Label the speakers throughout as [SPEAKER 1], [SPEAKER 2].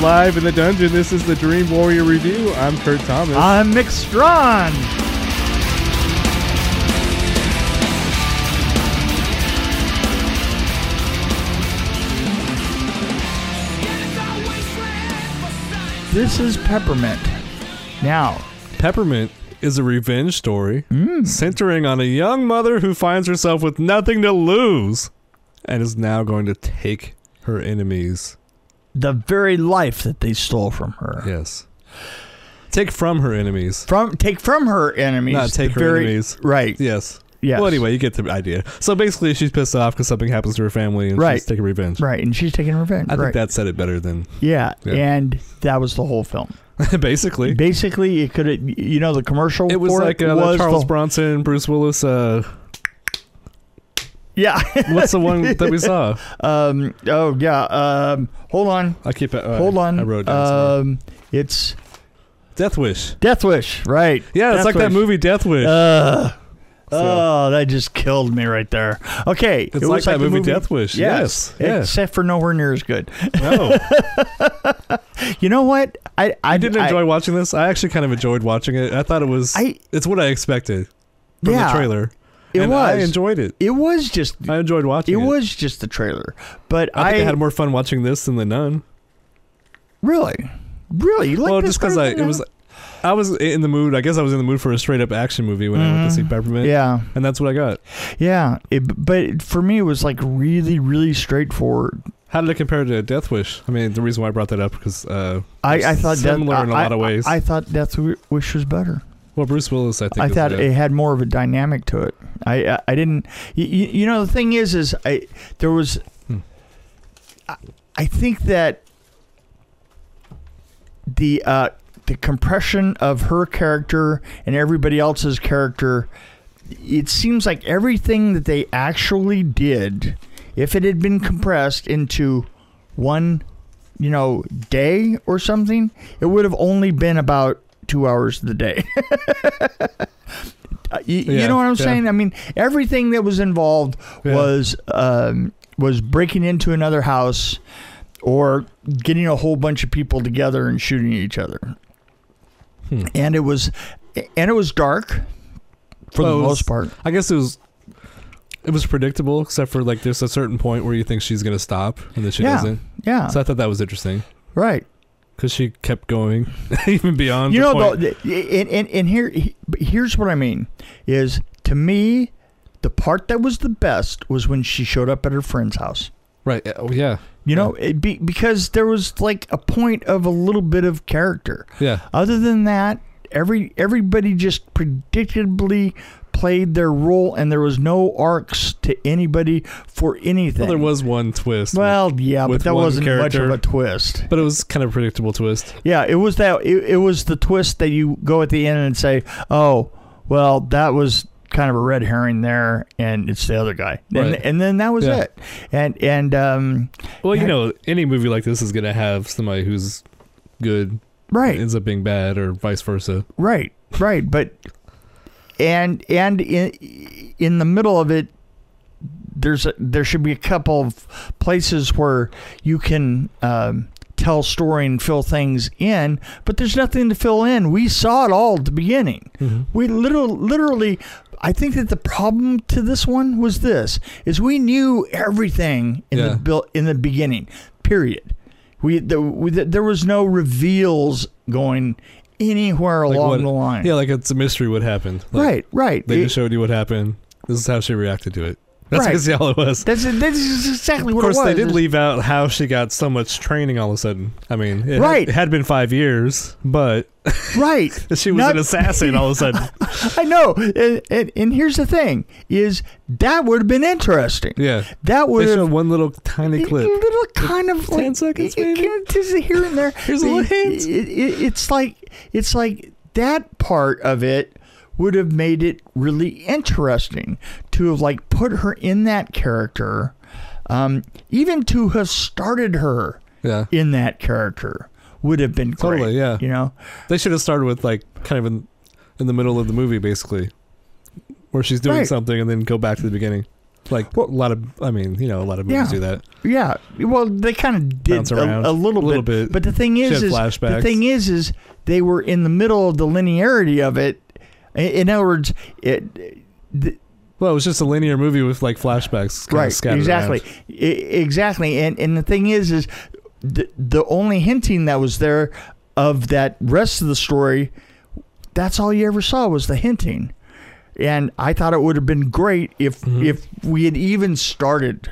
[SPEAKER 1] live in the dungeon. This is the Dream Warrior Review. I'm Kurt Thomas.
[SPEAKER 2] I'm Mick Strawn. This is Peppermint. Now,
[SPEAKER 1] Peppermint is a revenge story
[SPEAKER 2] Mm.
[SPEAKER 1] centering on a young mother who finds herself with nothing to lose and is now going to take her enemies.
[SPEAKER 2] the very life that they stole from her.
[SPEAKER 1] Yes. Take from her enemies.
[SPEAKER 2] From take from her enemies.
[SPEAKER 1] Not take
[SPEAKER 2] the
[SPEAKER 1] her
[SPEAKER 2] very-
[SPEAKER 1] enemies.
[SPEAKER 2] Right.
[SPEAKER 1] Yes.
[SPEAKER 2] Yes.
[SPEAKER 1] Well, anyway, you get the idea. So basically, she's pissed off because something happens to her family and
[SPEAKER 2] Right.
[SPEAKER 1] she's taking revenge.
[SPEAKER 2] Right, and she's taking revenge.
[SPEAKER 1] I think
[SPEAKER 2] right.
[SPEAKER 1] that said it better than
[SPEAKER 2] yeah.
[SPEAKER 1] Yeah.
[SPEAKER 2] And that was the whole film.
[SPEAKER 1] basically.
[SPEAKER 2] Basically, it could have you know the commercial
[SPEAKER 1] It was
[SPEAKER 2] for
[SPEAKER 1] like
[SPEAKER 2] it
[SPEAKER 1] uh,
[SPEAKER 2] was
[SPEAKER 1] the Charles
[SPEAKER 2] the-
[SPEAKER 1] Bronson, Bruce Willis. Uh,
[SPEAKER 2] Yeah.
[SPEAKER 1] what's the one that we saw?
[SPEAKER 2] um oh yeah. Um hold on.
[SPEAKER 1] I keep. Uh,
[SPEAKER 2] Hold on.
[SPEAKER 1] I wrote it down. sorry.
[SPEAKER 2] um it's
[SPEAKER 1] Death Wish.
[SPEAKER 2] Death Wish, right.
[SPEAKER 1] Yeah, it's
[SPEAKER 2] Death
[SPEAKER 1] like that
[SPEAKER 2] Wish.
[SPEAKER 1] movie Death Wish.
[SPEAKER 2] Uh,
[SPEAKER 1] So-
[SPEAKER 2] Oh, that just killed me right there. Okay,
[SPEAKER 1] it's like that movie, Death Wish. Yes. Yes.
[SPEAKER 2] except for nowhere near as good.
[SPEAKER 1] no.
[SPEAKER 2] You know what? I I
[SPEAKER 1] I didn't enjoy watching this. I actually kind of enjoyed watching it. I thought it was.
[SPEAKER 2] I-
[SPEAKER 1] it's what I expected from
[SPEAKER 2] yeah,
[SPEAKER 1] the trailer.
[SPEAKER 2] It
[SPEAKER 1] and
[SPEAKER 2] was.
[SPEAKER 1] I enjoyed it.
[SPEAKER 2] It was just.
[SPEAKER 1] I enjoyed watching
[SPEAKER 2] It
[SPEAKER 1] it.
[SPEAKER 2] was just the trailer, but
[SPEAKER 1] I
[SPEAKER 2] I,
[SPEAKER 1] think I, had more fun watching this than the Nun.
[SPEAKER 2] really, really you like
[SPEAKER 1] well,
[SPEAKER 2] this
[SPEAKER 1] just because
[SPEAKER 2] better
[SPEAKER 1] I
[SPEAKER 2] than
[SPEAKER 1] it
[SPEAKER 2] that?
[SPEAKER 1] was. I was in the mood. I guess I was in the mood for a straight up action movie when I went to see Peppermint.
[SPEAKER 2] Mm-hmm. yeah,
[SPEAKER 1] And that's what I got.
[SPEAKER 2] yeah. It, but for me, it was like really, really straightforward.
[SPEAKER 1] How did it compare to Death Wish? I mean, the reason why I brought that up because uh,
[SPEAKER 2] I,
[SPEAKER 1] it's
[SPEAKER 2] I thought
[SPEAKER 1] similar
[SPEAKER 2] Death,
[SPEAKER 1] in a
[SPEAKER 2] I-
[SPEAKER 1] lot of
[SPEAKER 2] I-
[SPEAKER 1] ways.
[SPEAKER 2] I, thought Death Wish was better.
[SPEAKER 1] well, Bruce Willis, I think.
[SPEAKER 2] I
[SPEAKER 1] is
[SPEAKER 2] thought
[SPEAKER 1] the-
[SPEAKER 2] it had more of a dynamic to it. I I, I didn't. You, you know the thing is is I there was.
[SPEAKER 1] Hmm.
[SPEAKER 2] I, I think that the uh, the compression of her character and everybody else's character, it seems like everything that they actually did, if it had been compressed into one, you know, day or something, it would have only been about two hours of the day. Uh, you, you
[SPEAKER 1] Yeah,
[SPEAKER 2] know what I'm
[SPEAKER 1] yeah.
[SPEAKER 2] saying? I mean, everything that was involved
[SPEAKER 1] Yeah.
[SPEAKER 2] was um, was breaking into another house or getting a whole bunch of people together and shooting each other.
[SPEAKER 1] Hmm.
[SPEAKER 2] And it was and it was dark for
[SPEAKER 1] Well,
[SPEAKER 2] the
[SPEAKER 1] it was-
[SPEAKER 2] most part.
[SPEAKER 1] I guess it was. It was predictable, except for like there's a certain point where you think she's gonna stop and then she
[SPEAKER 2] Yeah.
[SPEAKER 1] doesn't.
[SPEAKER 2] Yeah.
[SPEAKER 1] So I thought that was interesting
[SPEAKER 2] right.
[SPEAKER 1] because she kept going even beyond.
[SPEAKER 2] You
[SPEAKER 1] the
[SPEAKER 2] know
[SPEAKER 1] point.
[SPEAKER 2] though, and, and and here he- here's what I mean is to me the part that was the best was when she showed up at her friend's house.
[SPEAKER 1] right? yeah, Oh yeah,
[SPEAKER 2] You know, it be, because there was like a point of a little bit of character.
[SPEAKER 1] yeah.
[SPEAKER 2] Other than that, every everybody just predictably played their role, and there was no arcs to anybody for anything.
[SPEAKER 1] Well, there was one twist.
[SPEAKER 2] Well, yeah,
[SPEAKER 1] with
[SPEAKER 2] but that
[SPEAKER 1] one
[SPEAKER 2] wasn't much of
[SPEAKER 1] character.
[SPEAKER 2] a twist.
[SPEAKER 1] but it was kind of a predictable twist.
[SPEAKER 2] Yeah, it was that. It, it was the twist that you go at the end and say, "Oh, well, that was kind of a red herring there, and it's the other guy." And,
[SPEAKER 1] Right.
[SPEAKER 2] and then that was
[SPEAKER 1] Yeah.
[SPEAKER 2] it. And and um,
[SPEAKER 1] Well, you
[SPEAKER 2] Yeah.
[SPEAKER 1] know, any movie like this is gonna have somebody who's good
[SPEAKER 2] right,
[SPEAKER 1] ends up being bad or vice versa.
[SPEAKER 2] Right, right, but and and in in the middle of it, there's a, there should be a couple of places where you can um, tell story and fill things in, but there's nothing to fill in. We saw it all at the beginning. We literally, literally, I think that the problem to this one was this: is we knew everything in
[SPEAKER 1] Yeah.
[SPEAKER 2] the built in the beginning. Period. We, the, we the, there was no reveals going anywhere
[SPEAKER 1] Like
[SPEAKER 2] along
[SPEAKER 1] what-
[SPEAKER 2] the line.
[SPEAKER 1] Yeah, like it's a mystery what happened. Like,
[SPEAKER 2] right, right.
[SPEAKER 1] They
[SPEAKER 2] It-
[SPEAKER 1] just showed you what happened. This is how she reacted to it. That's
[SPEAKER 2] Right.
[SPEAKER 1] basically all it was.
[SPEAKER 2] that's that's exactly
[SPEAKER 1] of
[SPEAKER 2] what
[SPEAKER 1] course,
[SPEAKER 2] it was.
[SPEAKER 1] they did
[SPEAKER 2] It's-
[SPEAKER 1] leave out how she got so much training all of a sudden. I mean, it had-
[SPEAKER 2] Right.
[SPEAKER 1] it had been five years, but
[SPEAKER 2] Right.
[SPEAKER 1] she was
[SPEAKER 2] Not-
[SPEAKER 1] an assassin all of a sudden.
[SPEAKER 2] I know. And, and, and here's the thing: is that would have been interesting.
[SPEAKER 1] yeah,
[SPEAKER 2] That
[SPEAKER 1] they
[SPEAKER 2] would have
[SPEAKER 1] showed one little tiny clip.
[SPEAKER 2] Little kind of
[SPEAKER 1] 10
[SPEAKER 2] like,
[SPEAKER 1] seconds,
[SPEAKER 2] you
[SPEAKER 1] maybe?
[SPEAKER 2] can- just here and there.
[SPEAKER 1] Here's a little hint.
[SPEAKER 2] It, it- it's like it's like that part of it would have made it really interesting to have like put her in that character, um, even to have started her
[SPEAKER 1] Yeah,
[SPEAKER 2] in that character would have been great.
[SPEAKER 1] Totally, yeah.
[SPEAKER 2] You know,
[SPEAKER 1] they should have started with like kind of in, in the middle of the movie, basically, where she's doing
[SPEAKER 2] Right.
[SPEAKER 1] something and then go back to the beginning. Like
[SPEAKER 2] Well-
[SPEAKER 1] a lot of, I mean, you know, a lot of movies
[SPEAKER 2] Yeah.
[SPEAKER 1] do that.
[SPEAKER 2] Yeah. Well, they kind of did
[SPEAKER 1] Bounce around
[SPEAKER 2] a, a little
[SPEAKER 1] a little
[SPEAKER 2] bit.
[SPEAKER 1] bit.
[SPEAKER 2] But the thing
[SPEAKER 1] She
[SPEAKER 2] is,
[SPEAKER 1] had
[SPEAKER 2] is
[SPEAKER 1] flashbacks.
[SPEAKER 2] the thing is, is they were in the middle of the linearity of it. I- In other words, it. The,
[SPEAKER 1] well, it was just a linear movie with like flashbacks, kind Of
[SPEAKER 2] right.
[SPEAKER 1] scattered
[SPEAKER 2] Exactly.
[SPEAKER 1] around.
[SPEAKER 2] I- exactly. And and the thing is, is the the only hinting that was there of that rest of the story. That's all you ever saw was the hinting, and I thought it would have been great if
[SPEAKER 1] Mhm.
[SPEAKER 2] if we had even started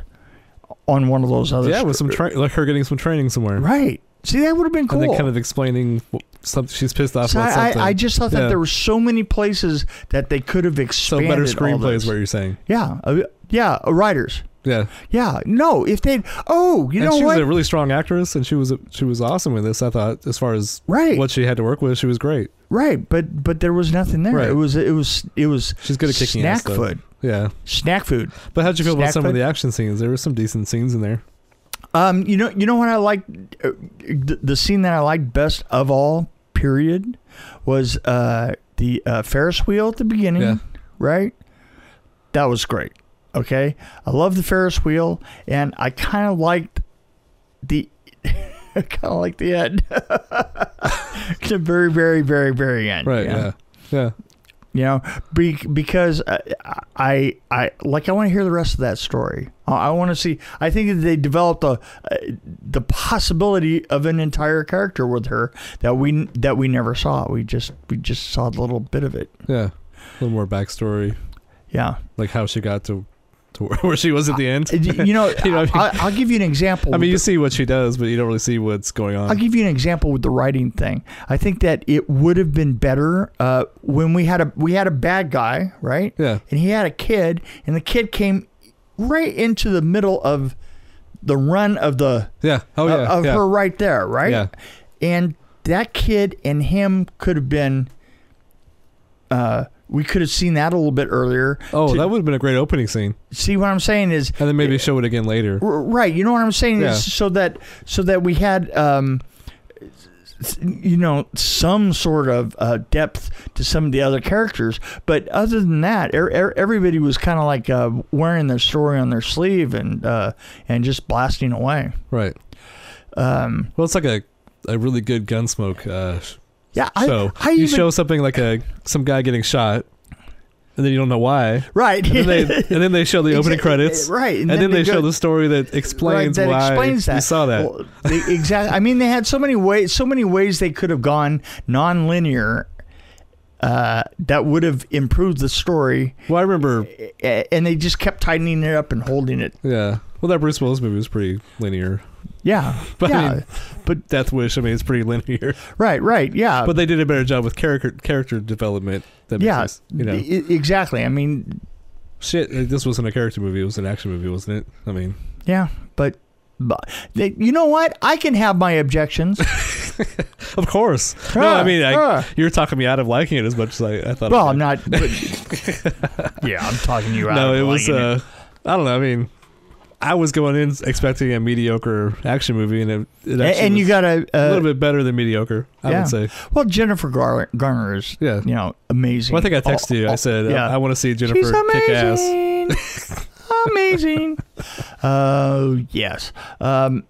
[SPEAKER 2] on one of those other
[SPEAKER 1] Yeah, with some
[SPEAKER 2] str-
[SPEAKER 1] tra- like her getting some training somewhere,
[SPEAKER 2] Right. See, that would have been cool.
[SPEAKER 1] and then kind of explaining wh- something she's pissed off
[SPEAKER 2] so
[SPEAKER 1] about
[SPEAKER 2] I,
[SPEAKER 1] something.
[SPEAKER 2] I, I just thought that
[SPEAKER 1] Yeah.
[SPEAKER 2] there were so many places that they could have
[SPEAKER 1] so
[SPEAKER 2] expanded.
[SPEAKER 1] better
[SPEAKER 2] all
[SPEAKER 1] screenplay
[SPEAKER 2] this.
[SPEAKER 1] is what you're saying.
[SPEAKER 2] yeah, uh, yeah, uh, writers.
[SPEAKER 1] Yeah,
[SPEAKER 2] Yeah, no, if they, oh, you
[SPEAKER 1] and
[SPEAKER 2] know
[SPEAKER 1] she was a
[SPEAKER 2] what?
[SPEAKER 1] really strong actress, and she was she was awesome with this. I thought as far as
[SPEAKER 2] Right,
[SPEAKER 1] what she had to work with, she was great.
[SPEAKER 2] right, but but there was nothing there.
[SPEAKER 1] Right.
[SPEAKER 2] It was it was it was
[SPEAKER 1] She's good at kicking
[SPEAKER 2] snack
[SPEAKER 1] ass, though.
[SPEAKER 2] food,
[SPEAKER 1] Yeah,
[SPEAKER 2] snack food.
[SPEAKER 1] but how'd you feel about
[SPEAKER 2] Snack
[SPEAKER 1] some of
[SPEAKER 2] food?
[SPEAKER 1] the action scenes? There were some decent scenes in there.
[SPEAKER 2] Um, you know, you know what I liked, uh, the, the scene that I liked best of all, period, was uh the uh, Ferris wheel at the beginning,
[SPEAKER 1] Yeah.
[SPEAKER 2] right? That was great. Okay, I love the Ferris wheel, and I kind of liked the. kind of like the end, the very, very, very, very end.
[SPEAKER 1] Right.
[SPEAKER 2] you know?
[SPEAKER 1] Yeah. Yeah.
[SPEAKER 2] You know, be, because I, I, I like I want to hear the rest of that story. I, I want to see. I think that they developed a, uh, the possibility of an entire character with her that we that we never saw. We just we just saw a little bit of it.
[SPEAKER 1] Yeah. A little more backstory,
[SPEAKER 2] Yeah,
[SPEAKER 1] like how she got to, to where- where she was at the end.
[SPEAKER 2] Uh, you you know,
[SPEAKER 1] You know what I
[SPEAKER 2] I, I'll give you an example.
[SPEAKER 1] I mean, you see what she does, but you don't really see what's going
[SPEAKER 2] I'll
[SPEAKER 1] on.
[SPEAKER 2] give you an example with the writing thing. I think that it would have been better uh, when we had a we had a bad guy, right?
[SPEAKER 1] Yeah.
[SPEAKER 2] and he had a kid, and the kid came right into the middle of the run of the
[SPEAKER 1] Yeah. Oh yeah.
[SPEAKER 2] of
[SPEAKER 1] yeah.
[SPEAKER 2] her right there, right?
[SPEAKER 1] Yeah.
[SPEAKER 2] And that kid and him could have been. Uh, we could have seen that a little bit earlier.
[SPEAKER 1] Oh,
[SPEAKER 2] to-
[SPEAKER 1] that would have been a great opening scene,
[SPEAKER 2] See what I'm saying is
[SPEAKER 1] and then maybe show it again later.
[SPEAKER 2] R- Right. You know what I'm saying?
[SPEAKER 1] Yeah.
[SPEAKER 2] Is so that so that we had um, s- you know some sort of uh, depth to some of the other characters, but other than that, er- er- everybody was kind of like uh, wearing their story on their sleeve and uh, and just blasting away.
[SPEAKER 1] Right.
[SPEAKER 2] Um,
[SPEAKER 1] Well, it's like a a really good gunsmoke uh,
[SPEAKER 2] yeah. I,
[SPEAKER 1] show.
[SPEAKER 2] I
[SPEAKER 1] you
[SPEAKER 2] even,
[SPEAKER 1] show something like a some guy getting shot, and then you don't know why.
[SPEAKER 2] right.
[SPEAKER 1] And then they and then they show the opening
[SPEAKER 2] Exa-
[SPEAKER 1] credits,
[SPEAKER 2] Right.
[SPEAKER 1] and, then, they,
[SPEAKER 2] go-
[SPEAKER 1] show the story that explains
[SPEAKER 2] that
[SPEAKER 1] why
[SPEAKER 2] explains
[SPEAKER 1] you
[SPEAKER 2] that.
[SPEAKER 1] saw that.
[SPEAKER 2] Well, they, exactly. I mean, they had so many ways, so many ways they could have gone non-linear uh, that would have improved the story,
[SPEAKER 1] well, I remember.
[SPEAKER 2] a- and they just kept tightening it up and holding it.
[SPEAKER 1] Yeah. Well, that Bruce Willis movie was pretty linear.
[SPEAKER 2] Yeah,
[SPEAKER 1] But I
[SPEAKER 2] yeah,
[SPEAKER 1] mean, but Death Wish, I mean, it's pretty linear.
[SPEAKER 2] right, right, yeah,
[SPEAKER 1] But they did a better job with character character development. That makes
[SPEAKER 2] Uh, yeah,
[SPEAKER 1] sense, you know,
[SPEAKER 2] e- exactly. I mean,
[SPEAKER 1] shit. uh, This wasn't a character movie; it was an action movie, wasn't it? I mean,
[SPEAKER 2] yeah, but. But they, you know what? I can have my objections.
[SPEAKER 1] of course. No,
[SPEAKER 2] Ah,
[SPEAKER 1] I mean, I,
[SPEAKER 2] ah.
[SPEAKER 1] you're talking me out of liking it as much as I, I thought. I
[SPEAKER 2] well, I'm
[SPEAKER 1] did.
[SPEAKER 2] not. But, yeah, I'm talking you out.
[SPEAKER 1] no,
[SPEAKER 2] of
[SPEAKER 1] it was.
[SPEAKER 2] liking it.
[SPEAKER 1] Uh, I don't know. I mean, I was going in expecting a mediocre action movie, and it, it
[SPEAKER 2] A-
[SPEAKER 1] actually
[SPEAKER 2] and you
[SPEAKER 1] was
[SPEAKER 2] got a,
[SPEAKER 1] a
[SPEAKER 2] uh,
[SPEAKER 1] little bit better than mediocre. I
[SPEAKER 2] yeah.
[SPEAKER 1] would say.
[SPEAKER 2] well, Jennifer Gar- Garner is
[SPEAKER 1] Yeah.
[SPEAKER 2] you know, amazing.
[SPEAKER 1] Well, I think I texted
[SPEAKER 2] Oh,
[SPEAKER 1] you.
[SPEAKER 2] oh,
[SPEAKER 1] I said,
[SPEAKER 2] yeah.
[SPEAKER 1] I, want to see Jennifer
[SPEAKER 2] She's
[SPEAKER 1] kick ass.
[SPEAKER 2] amazing. amazing. Uh, yes. Um,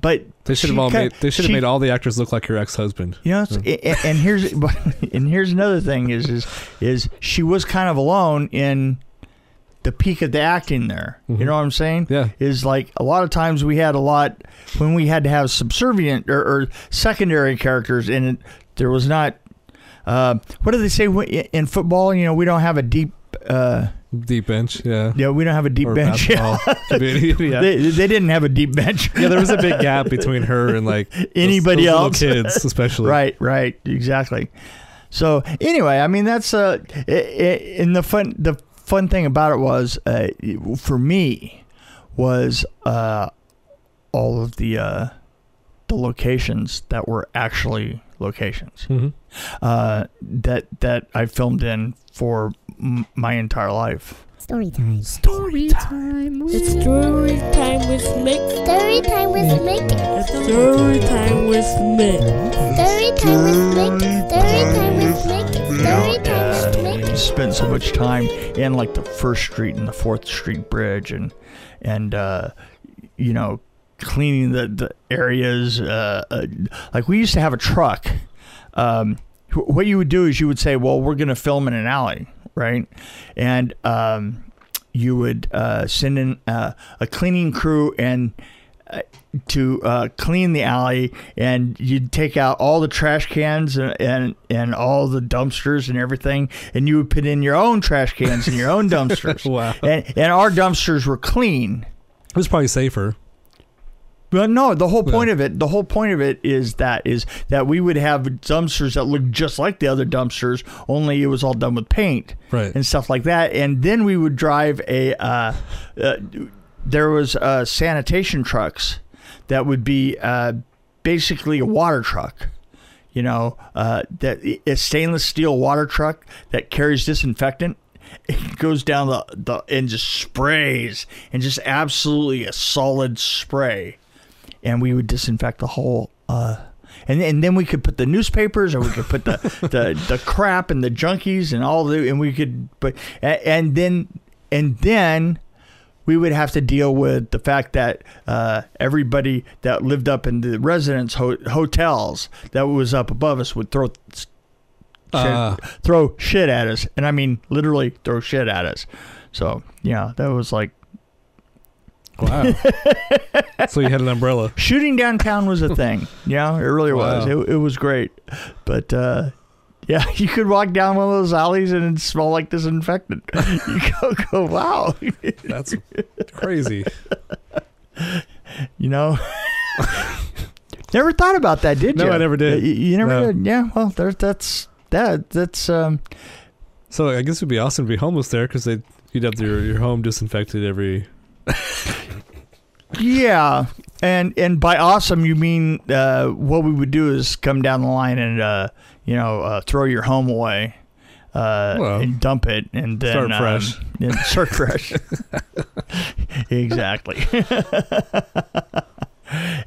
[SPEAKER 2] but
[SPEAKER 1] They should have
[SPEAKER 2] she
[SPEAKER 1] all
[SPEAKER 2] ki-
[SPEAKER 1] made. They should have
[SPEAKER 2] she-
[SPEAKER 1] made all the actors look like your ex-husband.
[SPEAKER 2] You know, it's, and, and here's and here's another thing is is is she was kind of alone in the peak of the acting there.
[SPEAKER 1] Mhm.
[SPEAKER 2] You know what I'm saying?
[SPEAKER 1] Yeah.
[SPEAKER 2] Is like a lot of times we had a lot when we had to have subservient or, or secondary characters, and it, there was not. Uh, what do they say wh- in in football? You know, we don't have a deep. Uh,
[SPEAKER 1] Deep bench. Yeah.
[SPEAKER 2] yeah, we don't have a deep
[SPEAKER 1] Or
[SPEAKER 2] bench.
[SPEAKER 1] basketball. Could be any- yeah.
[SPEAKER 2] They, they didn't have a deep bench.
[SPEAKER 1] yeah, there was a big gap between her and like those-
[SPEAKER 2] Anybody
[SPEAKER 1] those
[SPEAKER 2] else.
[SPEAKER 1] little kids, especially.
[SPEAKER 2] Right, right, exactly. So anyway, I mean that's uh, i- i- and the fun the fun thing about it was uh, for me was uh, all of the uh, the locations that were actually locations
[SPEAKER 1] Mhm.
[SPEAKER 2] uh, that that I filmed in for m- my entire life.
[SPEAKER 3] Story time. Story time. It's story time with Mick.
[SPEAKER 4] Story time with Mick.
[SPEAKER 3] Story time with Mick.
[SPEAKER 4] Story time with Mick. Story time with Mick. Story time with Mick.
[SPEAKER 2] spent so much time in like the First Street and the Fourth Street Bridge, and and uh, you know, cleaning the the areas. Uh, uh, like we used to have a truck. Um, wh- what you would do is you would say, "Well, we're going to film in an alley, right?" And um, you would uh, send in uh, a cleaning crew and uh, to uh, clean the alley, and you'd take out all the trash cans and, and and all the dumpsters and everything, and you would put in your own trash cans and your own dumpsters.
[SPEAKER 1] Wow.
[SPEAKER 2] And and our dumpsters were clean.
[SPEAKER 1] It was probably safer.
[SPEAKER 2] But no, the whole
[SPEAKER 1] Yeah.
[SPEAKER 2] point of it, the whole point of it is that is that we would have dumpsters that looked just like the other dumpsters, only it was all done with paint
[SPEAKER 1] Right.
[SPEAKER 2] and stuff like that. And then we would drive a. Uh, uh, there was uh, sanitation trucks that would be uh, basically a water truck. You know, uh, that a stainless steel water truck that carries disinfectant. It goes down the, the and just sprays and just absolutely a solid spray, and we would disinfect the whole. Uh, and and then we could put the newspapers or we could put the the, the crap and the junkies and all the and we could but a- and then and then we would have to deal with the fact that uh, everybody that lived up in the residence ho- hotels that was up above us would throw s-
[SPEAKER 1] Ah.
[SPEAKER 2] shit, throw shit at us and I mean literally throw shit at us so yeah that was like
[SPEAKER 1] Wow. so you had an umbrella.
[SPEAKER 2] shooting downtown was a thing. yeah, it really was.
[SPEAKER 1] Wow.
[SPEAKER 2] It, it was great. But uh, yeah, you could walk down one of those alleys and it'd smell like disinfectant. you go, go, wow.
[SPEAKER 1] That's crazy.
[SPEAKER 2] you know? never thought about that, did
[SPEAKER 1] No,
[SPEAKER 2] you?
[SPEAKER 1] I never did.
[SPEAKER 2] You, you never
[SPEAKER 1] No.
[SPEAKER 2] did. Yeah, well, there, that's that. That's um,
[SPEAKER 1] So I guess it'd be awesome to be homeless there because they you'd have your, your home disinfected every.
[SPEAKER 2] yeah. And and by awesome you mean uh, what we would do is come down the line and uh, you know uh, throw your home away, uh,
[SPEAKER 1] Well,
[SPEAKER 2] and dump it, and then
[SPEAKER 1] start
[SPEAKER 2] um,
[SPEAKER 1] fresh.
[SPEAKER 2] and start fresh. exactly.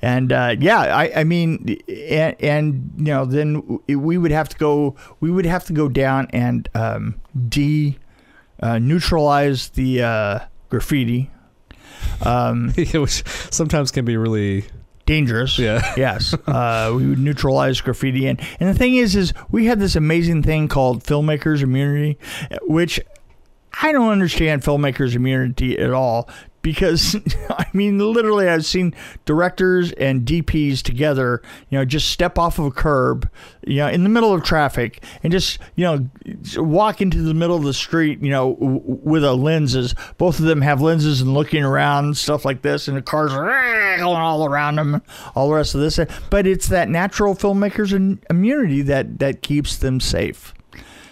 [SPEAKER 2] and uh, yeah, I I mean, and, and you know then we would have to go we would have to go down and um, de uh, neutralize the uh, graffiti. Um,
[SPEAKER 1] which sometimes can be really
[SPEAKER 2] dangerous.
[SPEAKER 1] yeah.
[SPEAKER 2] Yes, uh, we would neutralize graffiti, and and the thing is, is we had this amazing thing called filmmakers immunity, which I don't understand filmmakers immunity at all because I mean, literally, I've seen directors and DPs together, you know, just step off of a curb, you know, in the middle of traffic, and just you know, walk into the middle of the street, you know, w- w- with a lenses. Both of them have lenses and looking around and stuff like this, and the cars are going all around them, all the rest of this. But it's that natural filmmakers in- immunity that that keeps them safe.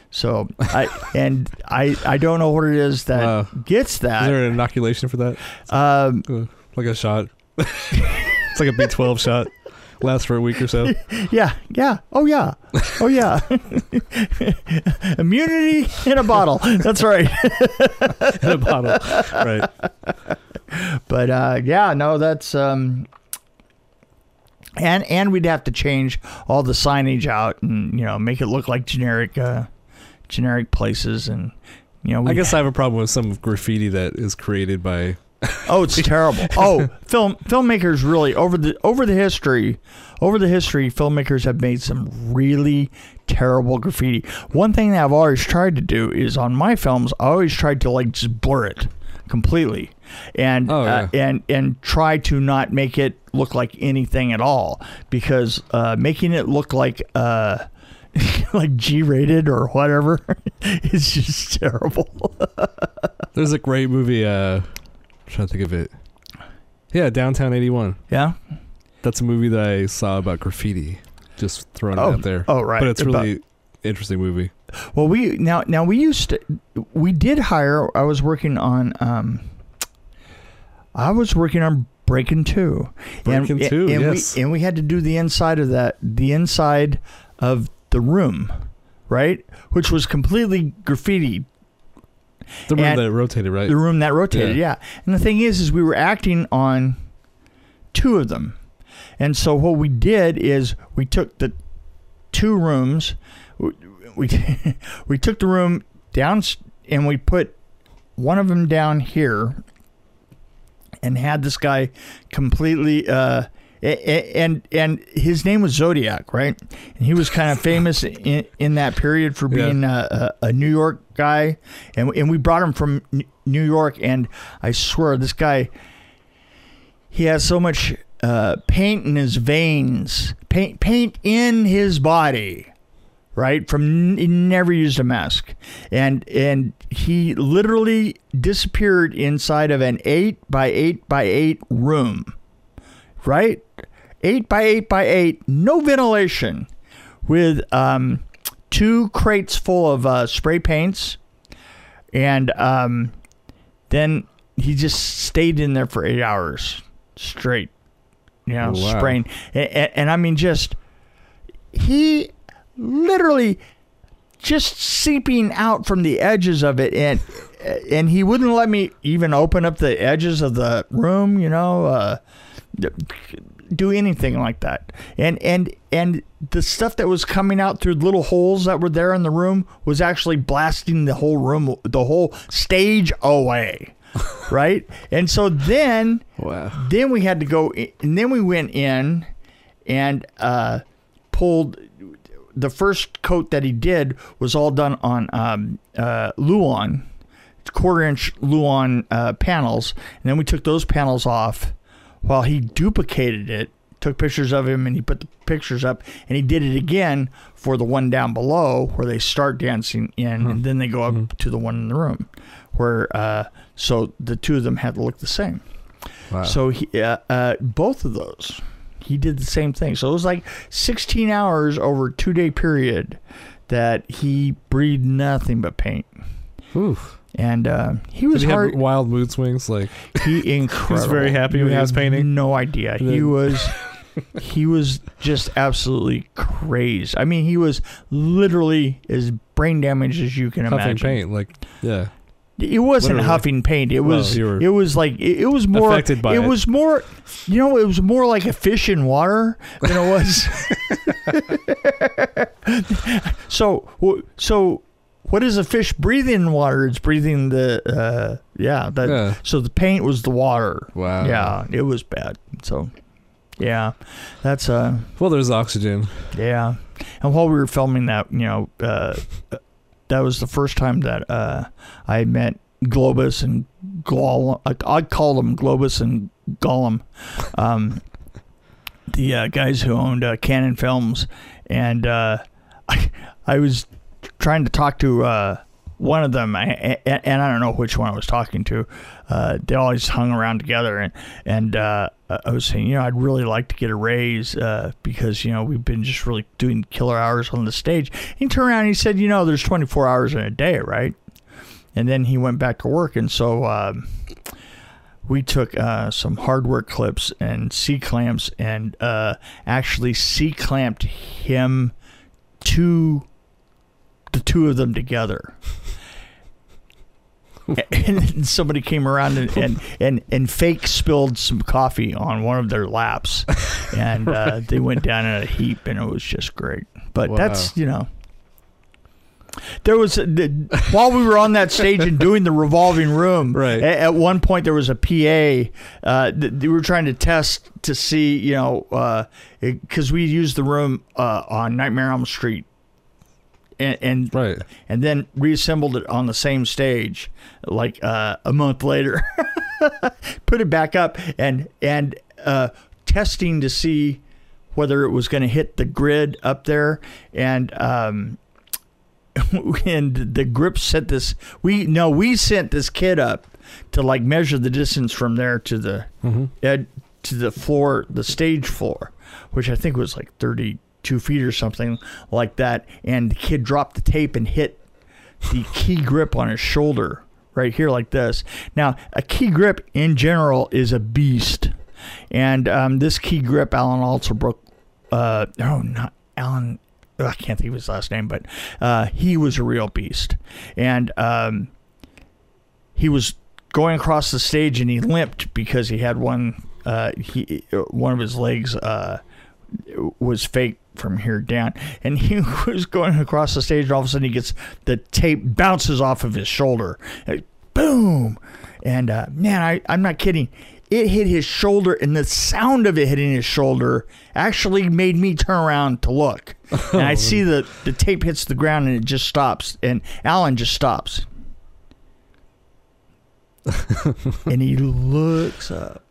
[SPEAKER 2] So I and I I don't know what it is that
[SPEAKER 1] Wow.
[SPEAKER 2] gets that.
[SPEAKER 1] Is there an inoculation for that?
[SPEAKER 2] um,
[SPEAKER 1] Uh, Like a shot. it's like a B twelve shot. Lasts for a week or so.
[SPEAKER 2] yeah, yeah, oh yeah, oh yeah. immunity in a bottle. That's right.
[SPEAKER 1] in a bottle. Right.
[SPEAKER 2] But uh, yeah, no, that's um, and and we'd have to change all the signage out and you know make it look like generic, uh, generic places and you know. We,
[SPEAKER 1] I guess I have a problem with some graffiti that is created by
[SPEAKER 2] oh, it's terrible. Oh, film filmmakers really over the over the history, over the history, filmmakers have made some really terrible graffiti. One thing that I've always tried to do is on my films, I always tried to like just blur it completely, and
[SPEAKER 1] Oh,
[SPEAKER 2] uh, and and try to not make it look like anything at all because uh, making it look like uh, like G-rated or whatever is just terrible.
[SPEAKER 1] There's a great movie. Uh, I'm trying to think of it. Yeah, Downtown '81.
[SPEAKER 2] Yeah.
[SPEAKER 1] That's a movie that I saw about graffiti. Just throwing
[SPEAKER 2] Oh,
[SPEAKER 1] it out there.
[SPEAKER 2] oh, right.
[SPEAKER 1] But it's
[SPEAKER 2] About-
[SPEAKER 1] really interesting movie.
[SPEAKER 2] Well, we now now we used to we did hire. I was working on um, I was working on Breaking Two,
[SPEAKER 1] Breaking
[SPEAKER 2] and,
[SPEAKER 1] Two,
[SPEAKER 2] and
[SPEAKER 1] yes.
[SPEAKER 2] we and we had to do the inside of that, the inside of the room, right, which was completely graffiti.
[SPEAKER 1] The room
[SPEAKER 2] And-
[SPEAKER 1] that rotated, right?
[SPEAKER 2] The room that rotated, yeah. And the thing is, is we were acting on two of them, and so what we did is we took the two rooms, we we, we took the room down and we put one of them down here and had this guy completely uh a- a- and and his name was Zodiac, right? And he was kind of famous in, in that period for
[SPEAKER 1] Yeah.
[SPEAKER 2] being uh, a, a, a New York guy, and and we brought him from N- New York. And I swear, this guy, he has so much uh, paint in his veins, paint paint in his body, right? From he never used a mask, and and he literally disappeared inside of an eight by eight by eight room, right? Eight by eight by eight, no ventilation, with um, two crates full of uh, spray paints, and um, then he just stayed in there for eight hours straight, you know,
[SPEAKER 1] Oh, wow.
[SPEAKER 2] spraying, and, and I mean just he literally just seeping out from the edges of it and and he wouldn't let me even open up the edges of the room you know uh, do anything like that and and and the stuff that was coming out through little holes that were there in the room was actually blasting the whole room the whole stage away right and so then
[SPEAKER 1] Wow.
[SPEAKER 2] then we had to go i- and then we went in and uh, pulled the first coat that he did was all done on um, uh, luan quarter inch luan uh, panels and then we took those panels off while he duplicated it took pictures of him and he put the pictures up and he did it again for the one down below where they start dancing in and then they go up to the one in the room where uh, so the two of them had to look the same
[SPEAKER 1] Wow.
[SPEAKER 2] so he, uh, uh, both of those, he did the same thing. So it was like 16 hours over a two day period that he breathed nothing but paint.
[SPEAKER 1] Oof.
[SPEAKER 2] And uh, he
[SPEAKER 1] Did
[SPEAKER 2] was
[SPEAKER 1] he have
[SPEAKER 2] hard.
[SPEAKER 1] wild mood swings? Like,
[SPEAKER 2] he incredible.
[SPEAKER 1] very happy
[SPEAKER 2] You
[SPEAKER 1] when he was
[SPEAKER 2] have
[SPEAKER 1] painting?
[SPEAKER 2] No idea. He
[SPEAKER 1] Then-
[SPEAKER 2] was. he was just absolutely crazed. I mean, he was literally as brain damaged as you can
[SPEAKER 1] huffing
[SPEAKER 2] imagine.
[SPEAKER 1] paint. Like, yeah.
[SPEAKER 2] It wasn't
[SPEAKER 1] Literally.
[SPEAKER 2] huffing paint. It
[SPEAKER 1] Well,
[SPEAKER 2] was.
[SPEAKER 1] you were
[SPEAKER 2] it was like it, it was more
[SPEAKER 1] affected by
[SPEAKER 2] it,
[SPEAKER 1] it.
[SPEAKER 2] was more. You know, it was more like a fish in water than it was. so wh- so, what is a fish breathing in water? It's breathing the uh, yeah. That,
[SPEAKER 1] Yeah. Uh.
[SPEAKER 2] So the paint was the water.
[SPEAKER 1] Wow.
[SPEAKER 2] yeah, it was bad. So yeah, that's uh
[SPEAKER 1] Well, there's oxygen.
[SPEAKER 2] yeah. And while we were filming that, you know, uh, that was the first time that uh, I met Globus and Gollum. I, I call them Globus and Gollum, um, the uh, guys who owned uh, Canon Films. And uh, I, I was trying to talk to uh, one of them, I, and, and I don't know which one I was talking to. Uh, they always hung around together, and and uh, I I was saying, you know, I'd really like to get a raise uh, because you know we've been just really doing killer hours on the stage. He turned around and he said, you know, there's 24 hours in a day, right? And then he went back to work, and so. Um, we took uh, some hardware clips and C clamps and uh, actually C clamped him to the two of them together. and then somebody came around and, and, and, and fake spilled some coffee on one of their laps. And uh, they went down in a heap, and it was just great. But that's, you know. There was the, while we were on that stage and doing the revolving room.
[SPEAKER 1] Right.
[SPEAKER 2] a- At one point, there was a PA. Uh, th- they were trying to test to see, you know, because we used the room uh, on Nightmare on Elm Street and and,
[SPEAKER 1] Right.
[SPEAKER 2] and then reassembled it on the same stage like uh, a month later put it back up and and uh, testing to see whether it was going to hit the grid up there and um and the grip sent this we no we sent this kid up to like measure the distance from there to the ed, to the floor the stage floor which i think was like 32 feet or something like that and the kid dropped the tape and hit the key grip on his shoulder right here like this. Now, a key grip in general is a beast. And um, this key grip, Alan also broke. Uh, oh, not Alan. ugh, I can't think of his last name, but uh, he was a real beast. And um, he was going across the stage and he limped because he had one. Uh, he uh, one of his legs uh, was fake from here down. And he was going across the stage, and all of a sudden he gets the tape bounces off of his shoulder. Like, boom! And uh, man, I, I'm not kidding. It hit his shoulder, and the sound of it hitting his shoulder actually made me turn around to look. And I see the, the tape hits the ground, and it just stops. And Alan just stops. and he looks up.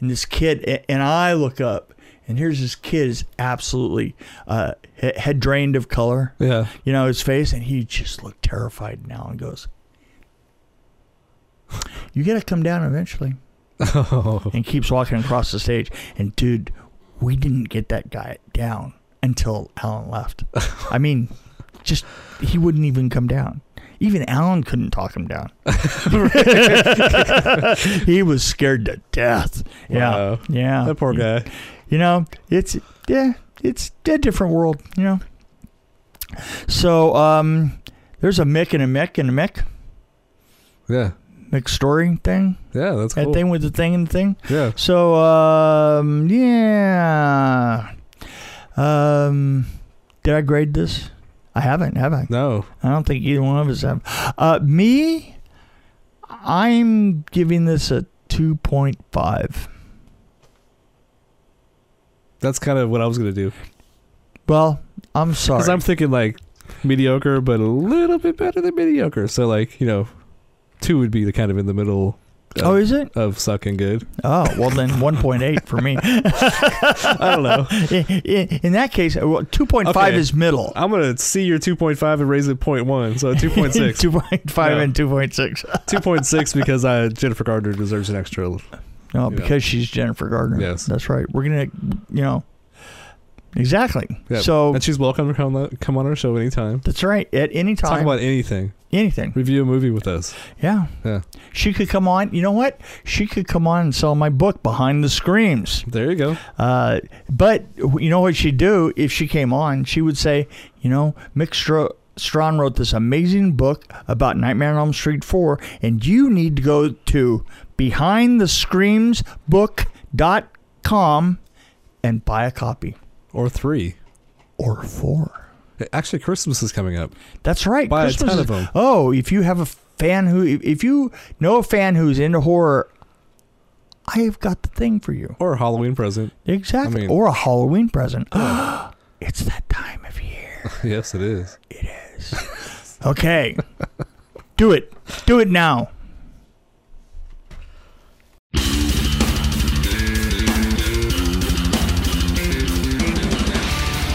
[SPEAKER 2] And this kid, a- and I look up, and here's this kid is absolutely uh, he- head drained of color,
[SPEAKER 1] Yeah.
[SPEAKER 2] you know, his face, and he just looked terrified now and goes, You got to come down eventually.
[SPEAKER 1] Oh.
[SPEAKER 2] and keeps walking across the stage. And dude, we didn't get that guy down until Alan left. I mean, just he wouldn't even come down. Even Alan couldn't talk him down. he was scared to death. Yeah.
[SPEAKER 1] Wow.
[SPEAKER 2] Yeah.
[SPEAKER 1] That poor guy.
[SPEAKER 2] You know, it's yeah, it's a different world, you know. So, um there's a Mick and a Mick and a Mick,
[SPEAKER 1] Yeah.
[SPEAKER 2] Mick story thing.
[SPEAKER 1] Yeah, that's
[SPEAKER 2] That
[SPEAKER 1] cool.
[SPEAKER 2] thing with the thing and the thing.
[SPEAKER 1] yeah.
[SPEAKER 2] So, um, yeah. Um, did I grade this? I haven't, have I?
[SPEAKER 1] No.
[SPEAKER 2] I don't think either one of us have. Uh, me, I'm giving this a 2.5.
[SPEAKER 1] That's kind of what I was going to do.
[SPEAKER 2] Well, I'm sorry.
[SPEAKER 1] Because I'm thinking like mediocre, but a little bit better than mediocre. So like you know, two would be the kind of in the middle. Of,
[SPEAKER 2] oh, is it?
[SPEAKER 1] of sucking good.
[SPEAKER 2] Oh, well, then 1.8 for me. I
[SPEAKER 1] don't know.
[SPEAKER 2] In, in that case, uh, well, 2.5
[SPEAKER 1] Okay. Uh,
[SPEAKER 2] is middle.
[SPEAKER 1] I'm gonna see your 2.5 and raise it 0.1, so 2.6.
[SPEAKER 2] 2.5
[SPEAKER 1] Yeah.
[SPEAKER 2] and 2.6.
[SPEAKER 1] 2.6 because uh, Jennifer Gardner deserves an extra. l-
[SPEAKER 2] No,
[SPEAKER 1] Yeah.
[SPEAKER 2] because she's Jennifer Gardner.
[SPEAKER 1] Yes.
[SPEAKER 2] that's right. We're gonna, you know, exactly.
[SPEAKER 1] Yeah.
[SPEAKER 2] So
[SPEAKER 1] and she's welcome to come on, come on our show anytime.
[SPEAKER 2] that's right. At any time,
[SPEAKER 1] Talk about anything.
[SPEAKER 2] anything.
[SPEAKER 1] Review a movie with us.
[SPEAKER 2] Yeah.
[SPEAKER 1] Yeah.
[SPEAKER 2] she could come on. You know what? She could come on and sell my book, Behind the Screams.
[SPEAKER 1] There you go.
[SPEAKER 2] Uh, but you know what she'd do if she came on? She would say, you know, Mick Stro- Strawn wrote this amazing book about Nightmare on Elm Street 4, and you need to go to behindthescreamsbook.com and buy a copy
[SPEAKER 1] Or three.
[SPEAKER 2] or four.
[SPEAKER 1] Actually, Christmas is coming up.
[SPEAKER 2] That's right.
[SPEAKER 1] Buy a
[SPEAKER 2] Christmas
[SPEAKER 1] ton
[SPEAKER 2] is-
[SPEAKER 1] of 'em.
[SPEAKER 2] Oh, if you have a fan who, if- if you know a fan who's into horror, I have got the thing for you.
[SPEAKER 1] Or a Halloween present. I
[SPEAKER 2] Exactly.
[SPEAKER 1] mean-
[SPEAKER 2] or a Halloween present. it's that time of year.
[SPEAKER 1] yes, it is.
[SPEAKER 2] Okay. Do it. Do it now.